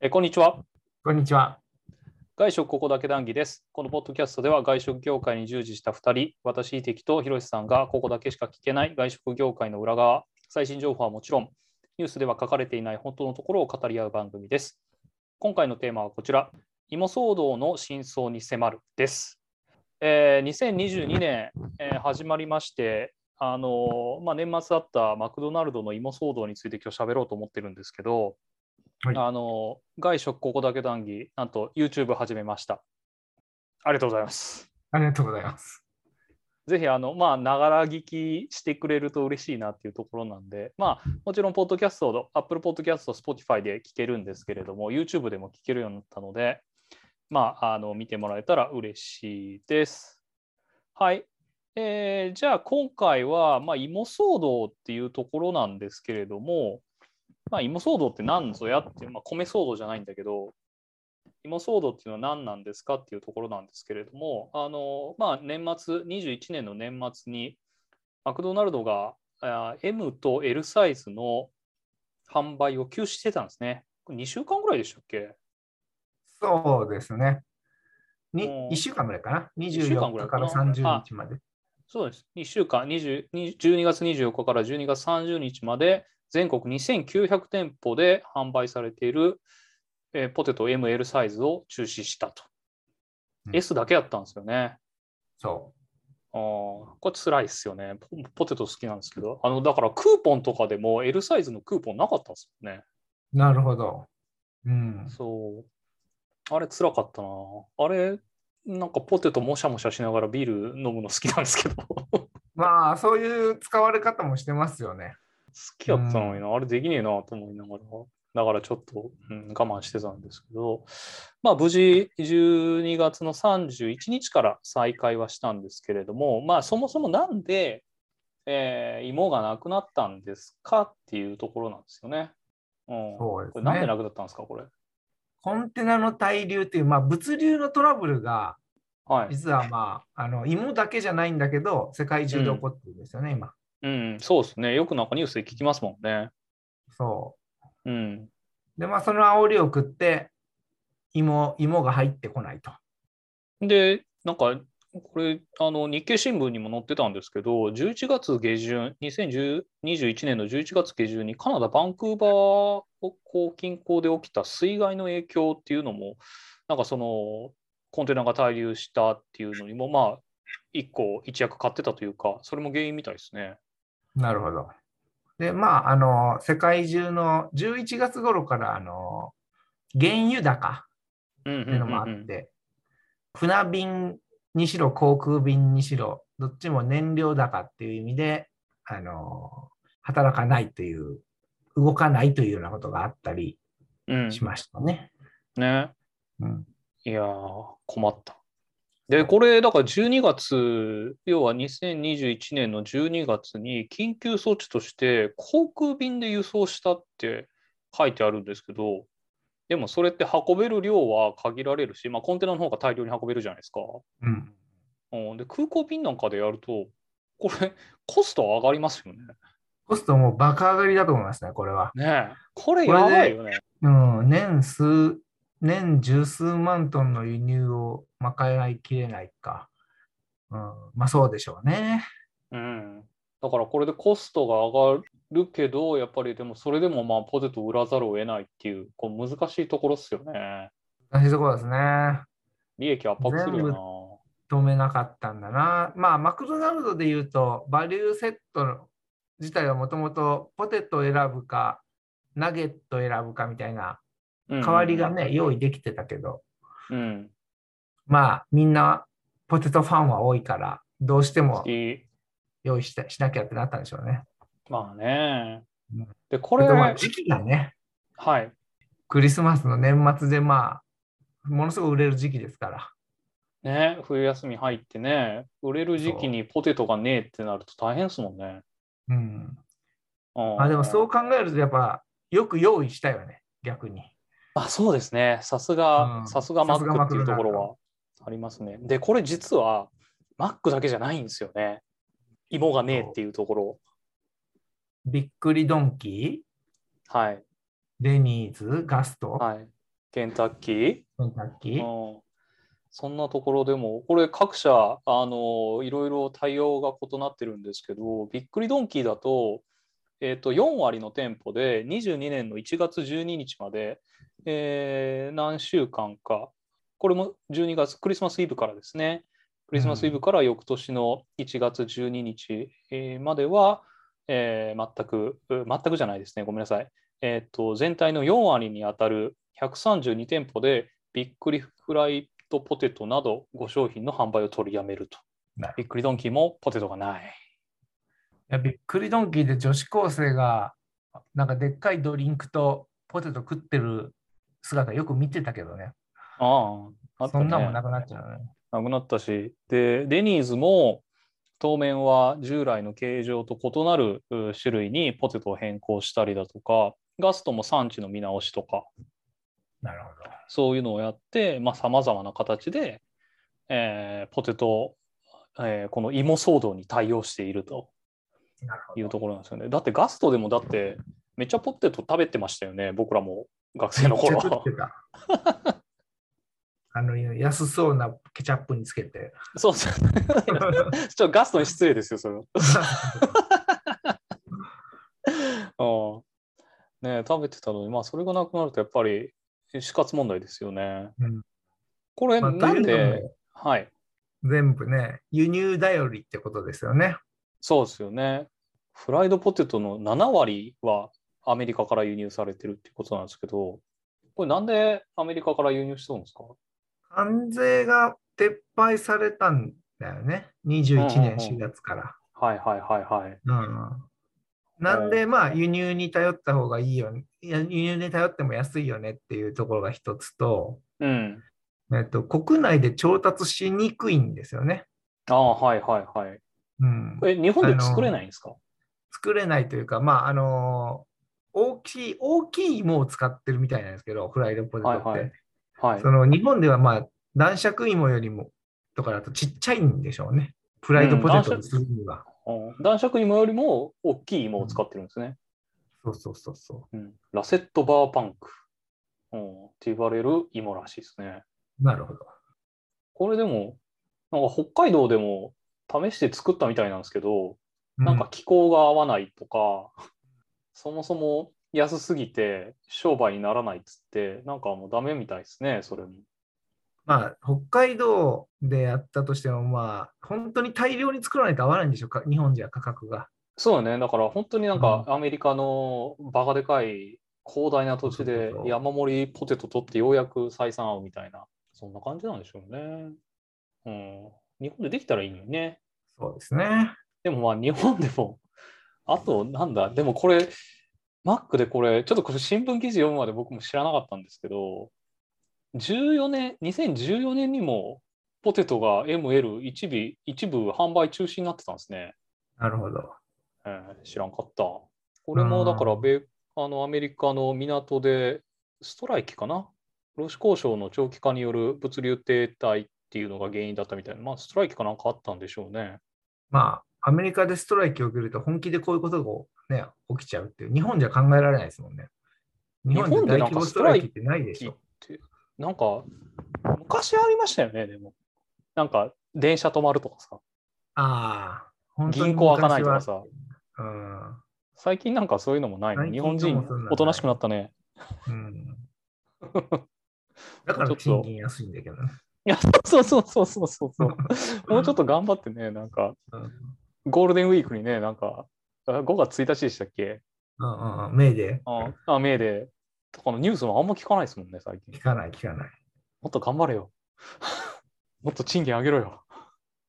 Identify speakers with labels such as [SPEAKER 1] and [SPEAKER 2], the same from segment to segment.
[SPEAKER 1] えこんにちは。
[SPEAKER 2] こんにちは。
[SPEAKER 1] 外食ここだけ談義です。このポッドキャストでは外食業界に従事した2人、私、敵とひろしさんがここだけしか聞けない外食業界の裏側、最新情報はもちろん、ニュースでは書かれていない本当のところを語り合う番組です。今回のテーマはこちら、芋騒動の真相に迫るです。えー2022年、えー始まりまして、あのーまあ、年末あったマクドナルドの芋騒動について今日喋ろうと思ってるんですけど、
[SPEAKER 2] はい
[SPEAKER 1] あの外食ここだけ談義、なんと YouTube 始めました。ありがとうございます。
[SPEAKER 2] ありがとうございます。
[SPEAKER 1] ぜひ、あの、まあ、ながら聞きしてくれると嬉しいなっていうところなんで、まあ、もちろん、ポッドキャストを、Apple Podcast、Spotify で聞けるんですけれども、YouTube でも聞けるようになったので、まあ、あの、見てもらえたら嬉しいです。はい。えーじゃあ、今回は、まあ、芋騒動っていうところなんですけれども、まあ、芋騒動って何ぞやっていう、まあ、米騒動じゃないんだけど、芋騒動っていうのは何なんですかっていうところなんですけれども、あのまあ、年末、21年の年末に、マクドナルドがあー M と L サイズの販売を休止してたんですね。2週間ぐらいでしたっけ
[SPEAKER 2] そうですね。に
[SPEAKER 1] もう
[SPEAKER 2] 1週間ぐらいかな。
[SPEAKER 1] 週間ぐ
[SPEAKER 2] 24
[SPEAKER 1] らいか
[SPEAKER 2] 日か
[SPEAKER 1] な
[SPEAKER 2] ら30日まで。
[SPEAKER 1] そうです。2週間、20 20 12月24日から12月30日まで、全国2900店舗で販売されている、えーポテト ML サイズを中止したと。
[SPEAKER 2] うん
[SPEAKER 1] S だけだったんですよね。
[SPEAKER 2] そ
[SPEAKER 1] ああ、これ辛いっすよねポ。ポテト好きなんですけど、あの、だからクーポンとかでも L サイズのクーポンなかったんですよね。
[SPEAKER 2] う。なるほど。うん。
[SPEAKER 1] そう。あれ辛かったな。あれ、なんかポテトもしゃもしゃしながらビール飲むの好きなんですけど、好
[SPEAKER 2] まあ、そういう使われ方もしてますよね。
[SPEAKER 1] きやったのにな、あれできねえなと思いながら。だからちょっと、うん、我慢してたんですけど、まあ無事12月の31日から再開はしたんですけれども、まあそもそもなんで、えー芋がなくなったんですかっていうところなんですよね。うん、こ
[SPEAKER 2] そうで
[SPEAKER 1] れ
[SPEAKER 2] す
[SPEAKER 1] なんで
[SPEAKER 2] ね。
[SPEAKER 1] なくなったんですか、これ。
[SPEAKER 2] コンテナの滞留という、まあ、物流のトラブルが、
[SPEAKER 1] はい。
[SPEAKER 2] 実はまあ、あの芋だけじゃないんだけど、世界中で起こってるんですよね、今。
[SPEAKER 1] うん、そうですね。よくなんかニュースで聞きますもんね。
[SPEAKER 2] そ
[SPEAKER 1] うん。
[SPEAKER 2] う。で、まあ、その煽りを食って、芋芋が入ってこないと。
[SPEAKER 1] で、なんか、これ、あの、日経新聞にも載ってたんですけど、11月下旬、2021年の11月下旬にカナダ・バンクーバーをこう近郊で起きた水害の影響っていうのも、なんかその、コンテナが滞留したっていうのにも、まあ、一個一役買ってたというか、それも原因みたいですね。
[SPEAKER 2] なるほど。で、まあ、あの、世界中の11月頃から、あの、原油高
[SPEAKER 1] うん
[SPEAKER 2] っていうのもあっ
[SPEAKER 1] う
[SPEAKER 2] て、
[SPEAKER 1] んうんうん
[SPEAKER 2] 船便にしろ航空便にしろ、どっちも燃料高っていう意味で、あの、働かないという、動かないというようなことがあったり
[SPEAKER 1] うん
[SPEAKER 2] しましたね。
[SPEAKER 1] ね。
[SPEAKER 2] うん、
[SPEAKER 1] いやー、困った。で、これ、だから12月、要は2021年の12月に緊急措置として航空便で輸送したって書いてあるんですけど、でもそれって運べる量は限られるし、まあ、コンテナの方が大量に運べるじゃないですか。
[SPEAKER 2] うん。
[SPEAKER 1] うん、で、空港便なんかでやると、これ、コスト上がりますよね。
[SPEAKER 2] コストもバカ上がりだと思いますね、これは。
[SPEAKER 1] ねえ、これやばいよね。
[SPEAKER 2] うん、年数、年十数万トンの輸入を賄いきれないか。うん、まあそうでしょうね。
[SPEAKER 1] うん、だからこれでコストが上がるけど、やっぱりでもそれでもまあポテト売らざるを得ないっていう、こう難しいところっすよね。
[SPEAKER 2] 難しいところですね。
[SPEAKER 1] 利益圧迫する
[SPEAKER 2] 全部
[SPEAKER 1] よ
[SPEAKER 2] 止めなかったんだな。まあ、マクドナルドで言うと、バリューセット自体はもともとポテト選ぶか、ナゲット選ぶかみたいな
[SPEAKER 1] な。
[SPEAKER 2] 代わりがね、用意できてたけど、
[SPEAKER 1] うん。うん。
[SPEAKER 2] まあ、みんなポテトファンは多いから、どうしても
[SPEAKER 1] し
[SPEAKER 2] 用意したしなきゃってなったんでしょうね。
[SPEAKER 1] まあね
[SPEAKER 2] うん。
[SPEAKER 1] で、こ
[SPEAKER 2] こ
[SPEAKER 1] れ、
[SPEAKER 2] れまあ
[SPEAKER 1] は
[SPEAKER 2] 時期がね、
[SPEAKER 1] い。
[SPEAKER 2] クリスマスの年末でまあ、ものすごく売れる時期ですから。
[SPEAKER 1] ね、冬休み入ってね、売れる時
[SPEAKER 2] そ
[SPEAKER 1] 期
[SPEAKER 2] う
[SPEAKER 1] にポテトがねえってなると大変ですもんね。
[SPEAKER 2] うん。
[SPEAKER 1] うん
[SPEAKER 2] あでもそう考えると、やっぱ、よく用意したよね、逆に。
[SPEAKER 1] あ、そうですね。さすが、
[SPEAKER 2] うん
[SPEAKER 1] さすがマッ
[SPEAKER 2] さすが
[SPEAKER 1] ク
[SPEAKER 2] マ
[SPEAKER 1] って
[SPEAKER 2] ク
[SPEAKER 1] いうと
[SPEAKER 2] ドナ
[SPEAKER 1] こ
[SPEAKER 2] ルド
[SPEAKER 1] ろはありますね。で、これ実は、マックだけじゃないんですよね。芋がねえっていうところ。
[SPEAKER 2] びっくりドンキー、
[SPEAKER 1] はい。
[SPEAKER 2] デニーズ、ガスト、
[SPEAKER 1] はい。ケンタッキー
[SPEAKER 2] ケンタッキー。
[SPEAKER 1] うんそんなところでも、これ各社、あの、いろいろ対応が異なってるんですけど、びっくりドンキーだと、えっと、4割の店舗で22年の1月12日まで、えー何週間か、これも12月、クリスマスイブからですね、クリスマスイブから翌年の1月12日えーまでは、えー全く、う全くじゃないですね、ごめんなさい。えーっと、全体の4割に当たる132店舗で、びっくりフライドポテトなど5商品の販売を取りやめると
[SPEAKER 2] なる。
[SPEAKER 1] びっくりドンキーもポテトがない。
[SPEAKER 2] いやびっくりドンキーで女子高生がなんかでっかいドリンクとポテト食ってる姿よく見てたけどね。
[SPEAKER 1] ああ、あった
[SPEAKER 2] そんなもん
[SPEAKER 1] ね
[SPEAKER 2] なくなっちゃうね。
[SPEAKER 1] なくなったし、で、デニーズも当面は従来の形状と異なるう種類にポテトを変更したりだとか、ガストも産地の見直しとか、
[SPEAKER 2] なるほど。
[SPEAKER 1] そういうのをやって、まあ、さまざまな形で、えーポテト、えーこの芋騒動に対応していると
[SPEAKER 2] なるほ
[SPEAKER 1] いうところなんですよね。だってガストでもだって、めっちゃポテト食べてましたよね、僕らも学生の
[SPEAKER 2] めっちゃ食っ
[SPEAKER 1] 頃
[SPEAKER 2] て。た あの安そうなケチャップにつけて。
[SPEAKER 1] そうそう。ちょっとガストに失礼ですよ、 それ。ああねえ食べてたのに、まあ、それがなくなるとやっぱり死活問題ですよね。
[SPEAKER 2] うん
[SPEAKER 1] これ、
[SPEAKER 2] まあ
[SPEAKER 1] なん
[SPEAKER 2] というの
[SPEAKER 1] で、
[SPEAKER 2] も
[SPEAKER 1] はい、
[SPEAKER 2] 全部ね、輸入頼りってことですよね。
[SPEAKER 1] そうですよね。フライドポテトの7割はアメリカから輸入されてるってことなんですけど、これなんでアメリカから輸入してるんですか
[SPEAKER 2] 関税が撤廃されたんだよね。21年4月から。
[SPEAKER 1] はいはいはいはい。
[SPEAKER 2] うんなんで、まあ、輸入に頼った方がいいよね。いや輸入に頼っても安いよねっていうところが一つと、
[SPEAKER 1] うん。
[SPEAKER 2] えっと、国内で調達しにくいんですよね。
[SPEAKER 1] ああ、はいはいはい。
[SPEAKER 2] うん、
[SPEAKER 1] え、日本で作れないんですか
[SPEAKER 2] 作れないというか、まあ、あの大きい、大きい芋を使ってるみたいなんですけど、フライドポテトって。
[SPEAKER 1] はいははい
[SPEAKER 2] そ。の日本では、まあ、男爵芋よりもとかだとちっちゃいんでしょうね。フライドポテトにするには。
[SPEAKER 1] うん男爵芋よりも大きい芋を使ってるんですね。
[SPEAKER 2] そうそうそうそ
[SPEAKER 1] うん、ラセットバーパンク、うん、って言われる芋らしいですね。
[SPEAKER 2] う。なるほど。
[SPEAKER 1] これでも、なんか北海道でも試して作ったみたいなんですけど、なんか気候が合わないとか、そもそも安すぎて商売にならないっつって、なんかもうダメみたいですね、それも。
[SPEAKER 2] まあ、北海道でやったとしても、まあ、本当に大量に作らないと合わないんでしょうか、日本じゃ価格が。
[SPEAKER 1] そうだね、だから本当になんか
[SPEAKER 2] う
[SPEAKER 1] アメリカのバカでかい広大な土地
[SPEAKER 2] そう
[SPEAKER 1] で
[SPEAKER 2] そうそう
[SPEAKER 1] 山盛りポテト取ってようやく採算合うみたいな、そんな感じなんでしょうね。うん、日本でできたらいいのにね。
[SPEAKER 2] そうですね。
[SPEAKER 1] でもまあ日本でも、 あとなんだ、でもこれ、マックでこれ、ちょっとこれ新聞記事読むまで僕も知らなかったんですけど、14年、2014年にもポテトが ML 一部一部販売中止になってたんですね。
[SPEAKER 2] なるほど。
[SPEAKER 1] えー知らんかった。これもだから米、あのアメリカの港でストライキかな労使交渉の長期化による物流停滞っていうのが原因だったみたいな、まあストライキかなんかあったんでしょうね。
[SPEAKER 2] まあ、アメリカでストライキを受けると、本気でこういうことが、ね、起きちゃうっていう、日本じゃ考えられないですもんね。日本で大規模ストライキってないでしょ。
[SPEAKER 1] ってなんか昔ありましたよねでもなんか電車止まるとかさ
[SPEAKER 2] ああ、本当に
[SPEAKER 1] 銀行開かないとかさ
[SPEAKER 2] 昔は。
[SPEAKER 1] 最近なんかそういうのもないの
[SPEAKER 2] 最
[SPEAKER 1] 日
[SPEAKER 2] 近
[SPEAKER 1] 本
[SPEAKER 2] どう
[SPEAKER 1] 人
[SPEAKER 2] もそんなのない
[SPEAKER 1] おとなしくなったね
[SPEAKER 2] うん。うん、だから
[SPEAKER 1] もうちょっと
[SPEAKER 2] 賃金安いんだけどね。
[SPEAKER 1] いやそうそうそうそうそう そうもうちょっと頑張ってねなんか
[SPEAKER 2] うん
[SPEAKER 1] ゴールデンウィークにねなんかあ5月1日でしたっけ
[SPEAKER 2] うんうんうん、目で
[SPEAKER 1] ああメーデーとかのニュースもあんま聞かないですもんね最近
[SPEAKER 2] 聞かない、聞かない。
[SPEAKER 1] もっと頑張れよ もっと賃金上げろよ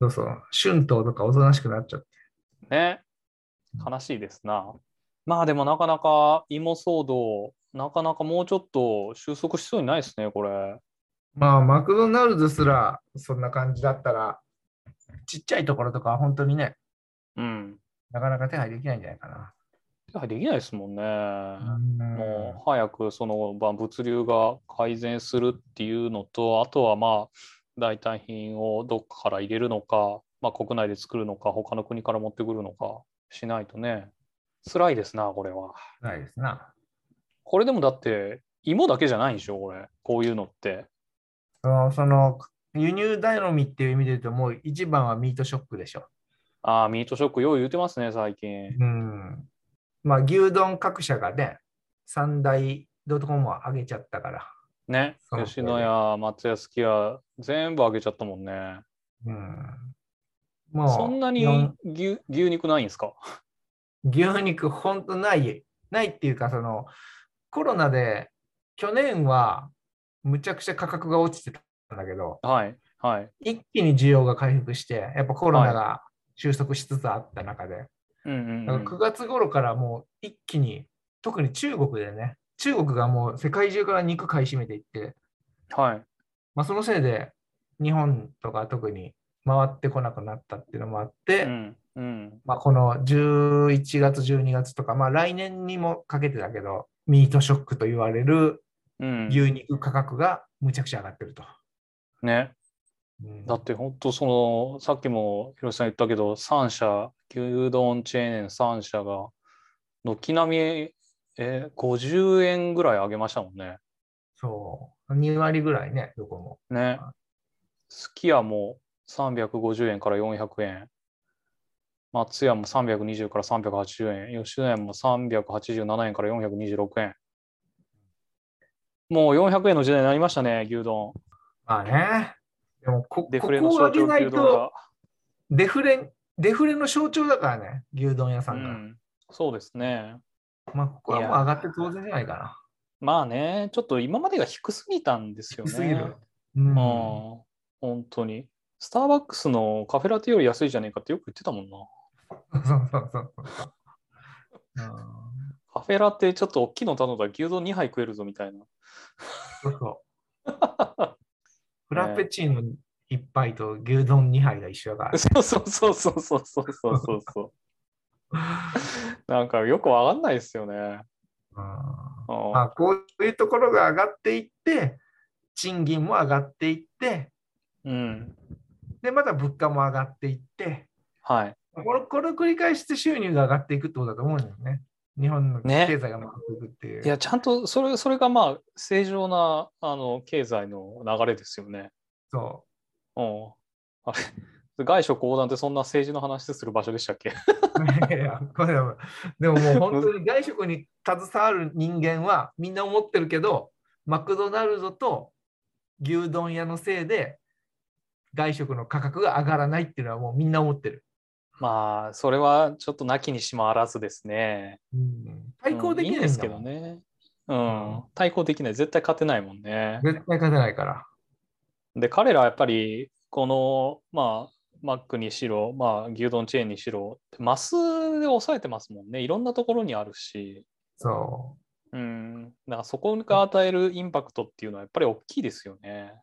[SPEAKER 2] そうそう、春闘とかおとなしくなっちゃって。
[SPEAKER 1] ね。悲しいですな。まあでもなかなか芋騒動、なかなかもうちょっと収束しそうにないですね、これ。
[SPEAKER 2] まあ、マクドナルドすらそんな感じだったら、ちっちゃいところとかは本当にね、
[SPEAKER 1] うん。
[SPEAKER 2] なかなか手配できないんじゃないかな。
[SPEAKER 1] 手配できないですもんね。も
[SPEAKER 2] も
[SPEAKER 1] う早くそのまあ物流が改善するっていうのと、あとはまあ代替品をどっかから入れるのか、まあ、国内で作るのか、他の国から持ってくるのかしないとね、辛いですな、これは。
[SPEAKER 2] うないですな。
[SPEAKER 1] これでもだって芋だけじゃないんでしょ、これ。こういうのって。
[SPEAKER 2] その、その輸入頼みっていう意味で言うと、もう一番はミートショックでしょ。
[SPEAKER 1] ああ、ミートショック、よう言うてますね、最近。
[SPEAKER 2] うん。まあ、牛丼各社がね、三大ドットコムは上げちゃったから。
[SPEAKER 1] ね
[SPEAKER 2] そう。
[SPEAKER 1] 吉野家、松屋、すき家、全部あげちゃったもんね。
[SPEAKER 2] うん。もう、
[SPEAKER 1] そんなに
[SPEAKER 2] 四
[SPEAKER 1] 牛牛肉ないんですか
[SPEAKER 2] 牛肉ほんとない、ないっていうか、その、コロナで、去年は、むちゃくちゃ価格が落ちてたんだけど、
[SPEAKER 1] はい。はい。
[SPEAKER 2] 一気に需要が回復して、やっぱコロナが収束しつつあった中で、
[SPEAKER 1] うんうん、
[SPEAKER 2] だから9月頃からもう一気に、特に中国でね、中国がもう世界中から肉買い占めていって、
[SPEAKER 1] はい。
[SPEAKER 2] まあ、そのせいで日本とか特に回ってこなくなったっていうのもあって、
[SPEAKER 1] うん。うん。
[SPEAKER 2] まあ、この11月、12月とか、まあ、来年にもかけてだけど、ミートショックと言われる
[SPEAKER 1] うん。
[SPEAKER 2] 牛肉価格がむちゃくちゃ上がってると。
[SPEAKER 1] ね。
[SPEAKER 2] うん
[SPEAKER 1] だって本当そのさっきも広瀬さん言ったけど3社牛丼チェーン3社が軒並みえー50円ぐらい上げましたもんね。
[SPEAKER 2] そう。2割ぐらいね、どこも。
[SPEAKER 1] ね。すき家も350円から400円。松屋も320から380円。吉野家も387円から426円。もう400円の時代になりましたね、牛丼。
[SPEAKER 2] まあね。でもこ、
[SPEAKER 1] デ
[SPEAKER 2] こ
[SPEAKER 1] フ
[SPEAKER 2] こ
[SPEAKER 1] レの
[SPEAKER 2] を
[SPEAKER 1] 象
[SPEAKER 2] 上げ
[SPEAKER 1] 徴
[SPEAKER 2] な
[SPEAKER 1] 牛丼
[SPEAKER 2] いと
[SPEAKER 1] が。
[SPEAKER 2] デフレ、デフレの象徴だからね、牛丼屋さ
[SPEAKER 1] うん
[SPEAKER 2] が。
[SPEAKER 1] ん、そうですね。
[SPEAKER 2] まあ、ここはもう上がって当然じゃないかな。
[SPEAKER 1] まあね、ちょっと今までが低すぎたんですよね。
[SPEAKER 2] 低すぎる。うん
[SPEAKER 1] うん、本当に。スターバックスのカフェラテより安いじゃねえかってよく言ってたもんな。
[SPEAKER 2] そうそうそうそう。うん
[SPEAKER 1] カフェラテちょっと大きいの頼んだら牛丼2杯食えるぞみたいな。
[SPEAKER 2] そう そう。フラペチーノ1杯と牛丼2杯が一緒だから。
[SPEAKER 1] そうそうそうそうそうそうそうそうそう。なんかよくわかんないですよね。
[SPEAKER 2] うんま
[SPEAKER 1] うん
[SPEAKER 2] あ、こういうところが上がっていって、賃金も上がっていって、
[SPEAKER 1] うん。
[SPEAKER 2] で、また物価も上がっていって、
[SPEAKER 1] はい。
[SPEAKER 2] これこれを繰り返して収入が上がっていくってことだと思うんだよね。日本の
[SPEAKER 1] ね
[SPEAKER 2] 経済が回っていくっていう。
[SPEAKER 1] いや、ちゃんとそれそれがまあ正常なあの経済の流れですよね。
[SPEAKER 2] そ
[SPEAKER 1] うん。あれ外食横断ってそんな政治の話する場所でしたっけ
[SPEAKER 2] う。 いやこれはでももう本当に外食に携わる人間はみんな思ってるけど、マクドナルドと牛丼屋のせいで外食の価格が上がらないっていうのはもうみんな思ってる。
[SPEAKER 1] まあ、それはちょっとなきにしもあらずですね。
[SPEAKER 2] 対抗でき
[SPEAKER 1] う
[SPEAKER 2] なん
[SPEAKER 1] いんで
[SPEAKER 2] いんだもん
[SPEAKER 1] すけどね。う
[SPEAKER 2] うん
[SPEAKER 1] ん、対抗できない。絶対勝てないもんね。
[SPEAKER 2] 絶対勝てないから。
[SPEAKER 1] で、彼らはやっぱり、この、まあ、マックにしろ、まあ、牛丼チェーンにしろ、マスで抑えてますもんね。いろんなところにあるし、
[SPEAKER 2] そ
[SPEAKER 1] うん、だからそこが与えるインパクトっていうのはやっぱり大きいですよね。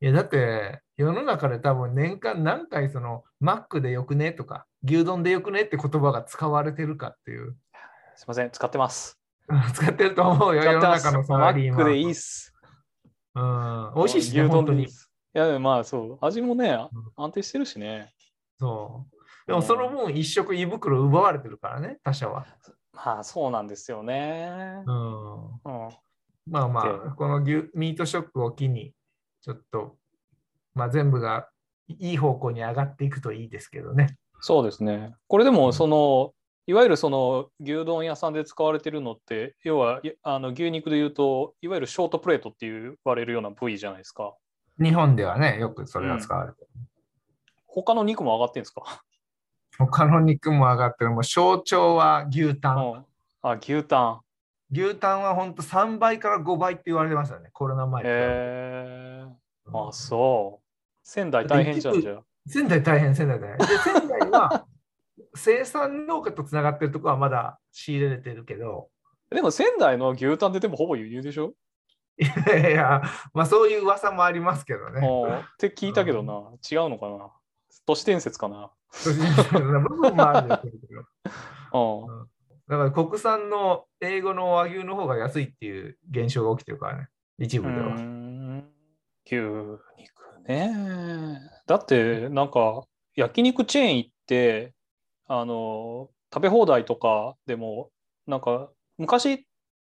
[SPEAKER 2] う。いやだって世の中で多分年間何回そのマックでよくねとか牛丼でよくねって言葉が使われてるかっていう。
[SPEAKER 1] すいません、使ってます。
[SPEAKER 2] 使ってると思うよ、
[SPEAKER 1] 使
[SPEAKER 2] 世
[SPEAKER 1] っ
[SPEAKER 2] の
[SPEAKER 1] てます。
[SPEAKER 2] 中のサ
[SPEAKER 1] マ
[SPEAKER 2] ラリー
[SPEAKER 1] ッ
[SPEAKER 2] マ
[SPEAKER 1] ク
[SPEAKER 2] ン。
[SPEAKER 1] でいいっす。
[SPEAKER 2] うん、美味しいしね、
[SPEAKER 1] 牛
[SPEAKER 2] 本
[SPEAKER 1] 丼
[SPEAKER 2] 当
[SPEAKER 1] でいいっ
[SPEAKER 2] に。
[SPEAKER 1] す。いや、まあそう、味もね、安定してるしね。
[SPEAKER 2] そう。でもその分一食胃袋奪われてるからね、他社は。
[SPEAKER 1] まあそうなんですよね
[SPEAKER 2] う。ん。
[SPEAKER 1] うん、
[SPEAKER 2] まあま
[SPEAKER 1] で
[SPEAKER 2] あ、この牛ミートショックを機に、ちょっと、まあ全部がいい方向に上がっていくといいですけどね。
[SPEAKER 1] そうですね。これでもそのいわゆるその牛丼屋さんで使われてるのって要はいあの牛肉で言うといわゆるショートプレートって言われるような部位じゃないですか。
[SPEAKER 2] 日本ではね、よくそれが使われてる。
[SPEAKER 1] 他の肉も上がってるんですか。
[SPEAKER 2] 他の肉も上がってる。もう象徴は牛
[SPEAKER 1] う
[SPEAKER 2] タン。
[SPEAKER 1] ん、あ牛タン。
[SPEAKER 2] 牛タンは本当3倍から5倍って言われてましたね、コロナ前。
[SPEAKER 1] へえ
[SPEAKER 2] うん
[SPEAKER 1] あそう。仙台大変じゃんじゃあ。
[SPEAKER 2] 仙台大変、仙台大変。で、仙台は生産農家とつながってるところはまだ仕入れれてるけど、
[SPEAKER 1] でも仙台の牛タンってでもほぼ輸入でしょ、
[SPEAKER 2] いやいや、まあそういう噂もありますけど
[SPEAKER 1] う
[SPEAKER 2] ね。
[SPEAKER 1] ん、って聞いたけどな、違うのかな都市伝説かな、
[SPEAKER 2] 都市伝説の部分もあるんですけど。
[SPEAKER 1] うん、
[SPEAKER 2] だから国産の英語の和牛の方が安いっていう現象が起きてるからね、一部
[SPEAKER 1] う
[SPEAKER 2] で
[SPEAKER 1] ー
[SPEAKER 2] は。
[SPEAKER 1] ん牛肉ね。だって、なんか、焼肉チェーン行って、あの、食べ放題とかでも、なんか、昔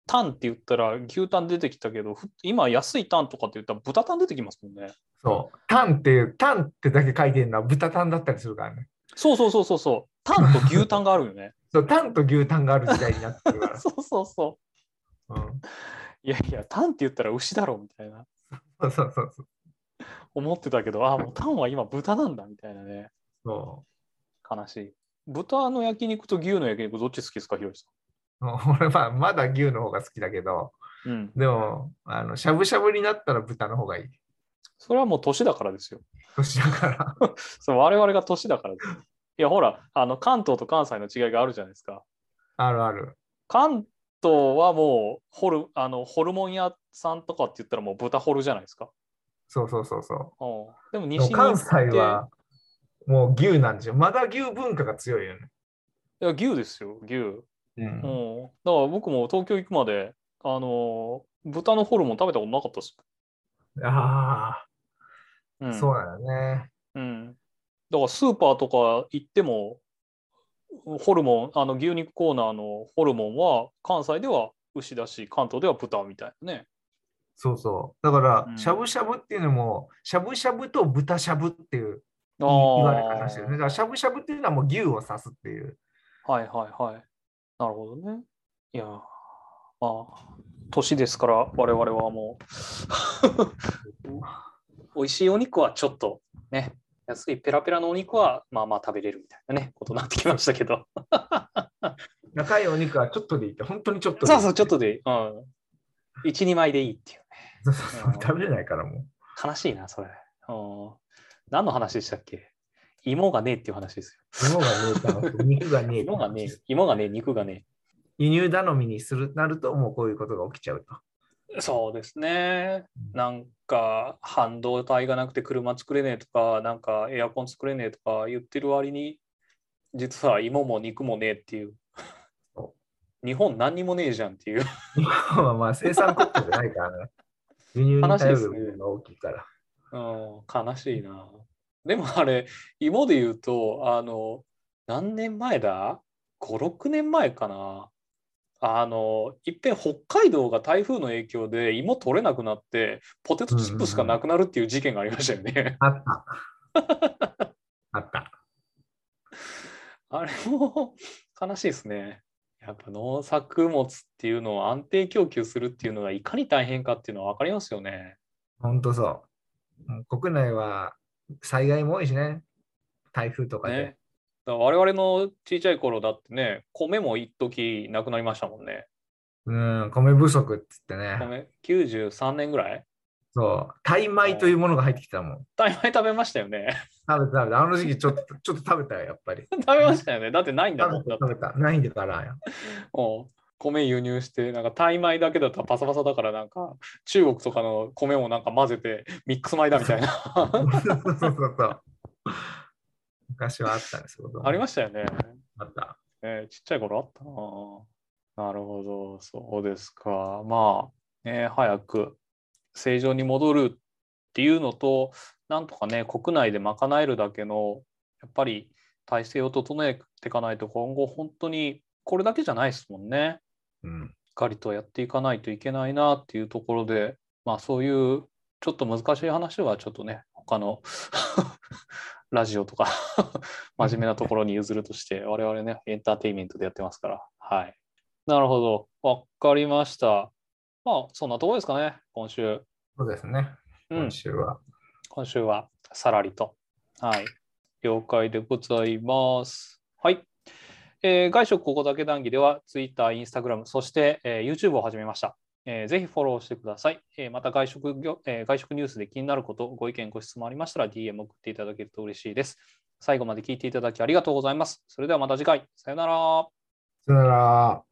[SPEAKER 1] タンって言ったら牛タン出てきたけど、ふ今安いタンとかって言ったら豚タン出てきますもんね。
[SPEAKER 2] そう。タンっていう、タンってだけ書いてるのは豚タンだったりするからね。
[SPEAKER 1] そうそうそうそうそう。タンと牛タンがあるよね。
[SPEAKER 2] そう、タンと牛タンがある時代になってるか ら。
[SPEAKER 1] そうそうそ
[SPEAKER 2] うん、
[SPEAKER 1] う。いやいや、タンって言ったら牛だろみたいな。
[SPEAKER 2] そうそうそうそう。
[SPEAKER 1] 思ってたけど、あ、もうタンは今豚なんだみたいなね。
[SPEAKER 2] そ
[SPEAKER 1] 悲しい。豚の焼肉と牛の焼肉どっち好きですか、ひろし
[SPEAKER 2] うもう俺はまだ牛の方が好きだけど、
[SPEAKER 1] さん。うん。
[SPEAKER 2] でも、あのしゃぶしゃぶになったら豚の方がいい。
[SPEAKER 1] それはもう年だからですよ。
[SPEAKER 2] 年だから。
[SPEAKER 1] そう我々が年だからです。いや、ほら、あの関東と関西の違いがあるじゃないですか。
[SPEAKER 2] あるある。
[SPEAKER 1] 関東はもうホルあのホルモン屋さんとかって言ったらもう豚ホルじゃないですか。
[SPEAKER 2] そうそうそうそ
[SPEAKER 1] うん、でも
[SPEAKER 2] う。
[SPEAKER 1] 西に行
[SPEAKER 2] 関
[SPEAKER 1] って
[SPEAKER 2] 西はもう牛なんですよ。まだ牛文化が強いよね。
[SPEAKER 1] いや牛ですよ牛、うん。
[SPEAKER 2] うん
[SPEAKER 1] だから僕も東京行くまであの豚のホルモン食べたことなかったです。
[SPEAKER 2] あ
[SPEAKER 1] う
[SPEAKER 2] あ、
[SPEAKER 1] ん、
[SPEAKER 2] そうだよね。
[SPEAKER 1] うん。だからスーパーとか行ってもホルモンあの牛肉コーナーのホルモンは関西では牛だし関東では豚みたいなね。
[SPEAKER 2] そうそう。だから、
[SPEAKER 1] うん
[SPEAKER 2] しゃぶしゃぶっていうのも、しゃぶしゃぶと豚しゃぶっていう
[SPEAKER 1] あ
[SPEAKER 2] 言
[SPEAKER 1] ー
[SPEAKER 2] い言われ方してるね。だから、しゃぶしゃぶっていうのはもう牛を指すっていう。
[SPEAKER 1] はいはいはい。なるほどね。いやー、まあ、年ですから、我々はもう。 美味しいお肉はちょっとね、安いペラペラのお肉はまあまあ食べれるみたいなね、ことになってきましたけど。
[SPEAKER 2] 中いお肉はちょっとでいいって、本当にちょっとでい
[SPEAKER 1] そ
[SPEAKER 2] いう
[SPEAKER 1] そう、ちょっとでいい。うん。1、2枚でいいっていう。
[SPEAKER 2] そうそうそう食べれないからも
[SPEAKER 1] 悲しいな、それ。うん。何の話でしたっけ芋がねえっていう話です
[SPEAKER 2] う。芋がねえから、肉がね
[SPEAKER 1] よ。
[SPEAKER 2] え
[SPEAKER 1] 芋がねえ、芋がねえ、肉がねえ。
[SPEAKER 2] 輸入頼みにするなると、もうこういうことが起きちゃうと。
[SPEAKER 1] そうですね
[SPEAKER 2] う。ん
[SPEAKER 1] なんか半導体がなくて車作れねえとか、なんかエアコン作れねえとか言ってる割に、実は芋も肉もねえっていう
[SPEAKER 2] そ。
[SPEAKER 1] 日本何にもねえじゃんっていう。
[SPEAKER 2] 日本はまあ生産国家じゃないからね。輸入に頼る部分が大きいから。
[SPEAKER 1] うん、悲しいな。でもあれ、芋で言うと、あの、何年前だ ?5、6年前かな。あの、いっぺん北海道が台風の影響で芋取れなくなって、ポテトチップスがなくなるっていう事件がありましたよね。
[SPEAKER 2] あった。あった。
[SPEAKER 1] あれも悲しいですね。やっぱ農作物っていうのを安定供給するっていうのがいかに大変かっていうのは分かりますよね。
[SPEAKER 2] 本当そう。うん国内は災害も多いしね。台風とかで。
[SPEAKER 1] ね。だから我々の小さい頃だってね、米も一時なくなりましたもんね。
[SPEAKER 2] うん、米不足っつってね。
[SPEAKER 1] 米93年ぐらい
[SPEAKER 2] そう。タイ米というものが入ってきたもん。
[SPEAKER 1] 大米食べましたよね。
[SPEAKER 2] 食べた食べた。あの時期ちょっとちょっと食べたよ、やっぱり。
[SPEAKER 1] 食べましたよね。だってないんだもん。
[SPEAKER 2] 食べ
[SPEAKER 1] だ
[SPEAKER 2] た
[SPEAKER 1] っ
[SPEAKER 2] 食
[SPEAKER 1] て
[SPEAKER 2] べた。ないんだから。
[SPEAKER 1] もう米輸入して、なんかタイ米だけだったらパサパサだから、なんか中国とかの米もなんか混ぜてミックス米だみたいな。
[SPEAKER 2] そうそうそうそう。昔はあったんですけど。
[SPEAKER 1] ありましたよね。
[SPEAKER 2] あった。
[SPEAKER 1] えーちっちゃい頃あったなあ。なるほど、そうですか。まあ、ね、早く正常に戻るっていうのと、なんとかね、国内で賄えるだけの、やっぱり体制を整えていかないと、今後、本当にこれだけじゃないですもんね。
[SPEAKER 2] うん。
[SPEAKER 1] しっかりとやっていかないといけないなっていうところで、まあ、そういうちょっと難しい話はちょっとね他の ラジオとか 真面目なところに譲るとして我々ねエンターテインメントでやってますからはいなるほどわかりましたまあそんなところですかね今週
[SPEAKER 2] そうですね。
[SPEAKER 1] うん
[SPEAKER 2] 今週は。
[SPEAKER 1] 今週はさらりと。はい。了解でございます。はい。えー外食ここだけ談義では Twitter、Instagram、そして、えー YouTube を始めました。えーぜひフォローしてください。えーまた外食業、えー外食ニュースで気になること、ご意見、ご質問ありましたら DM 送っていただけると嬉しいです。最後まで聞いていただきありがとうございます。それではまた次回。さよなら。
[SPEAKER 2] さよなら。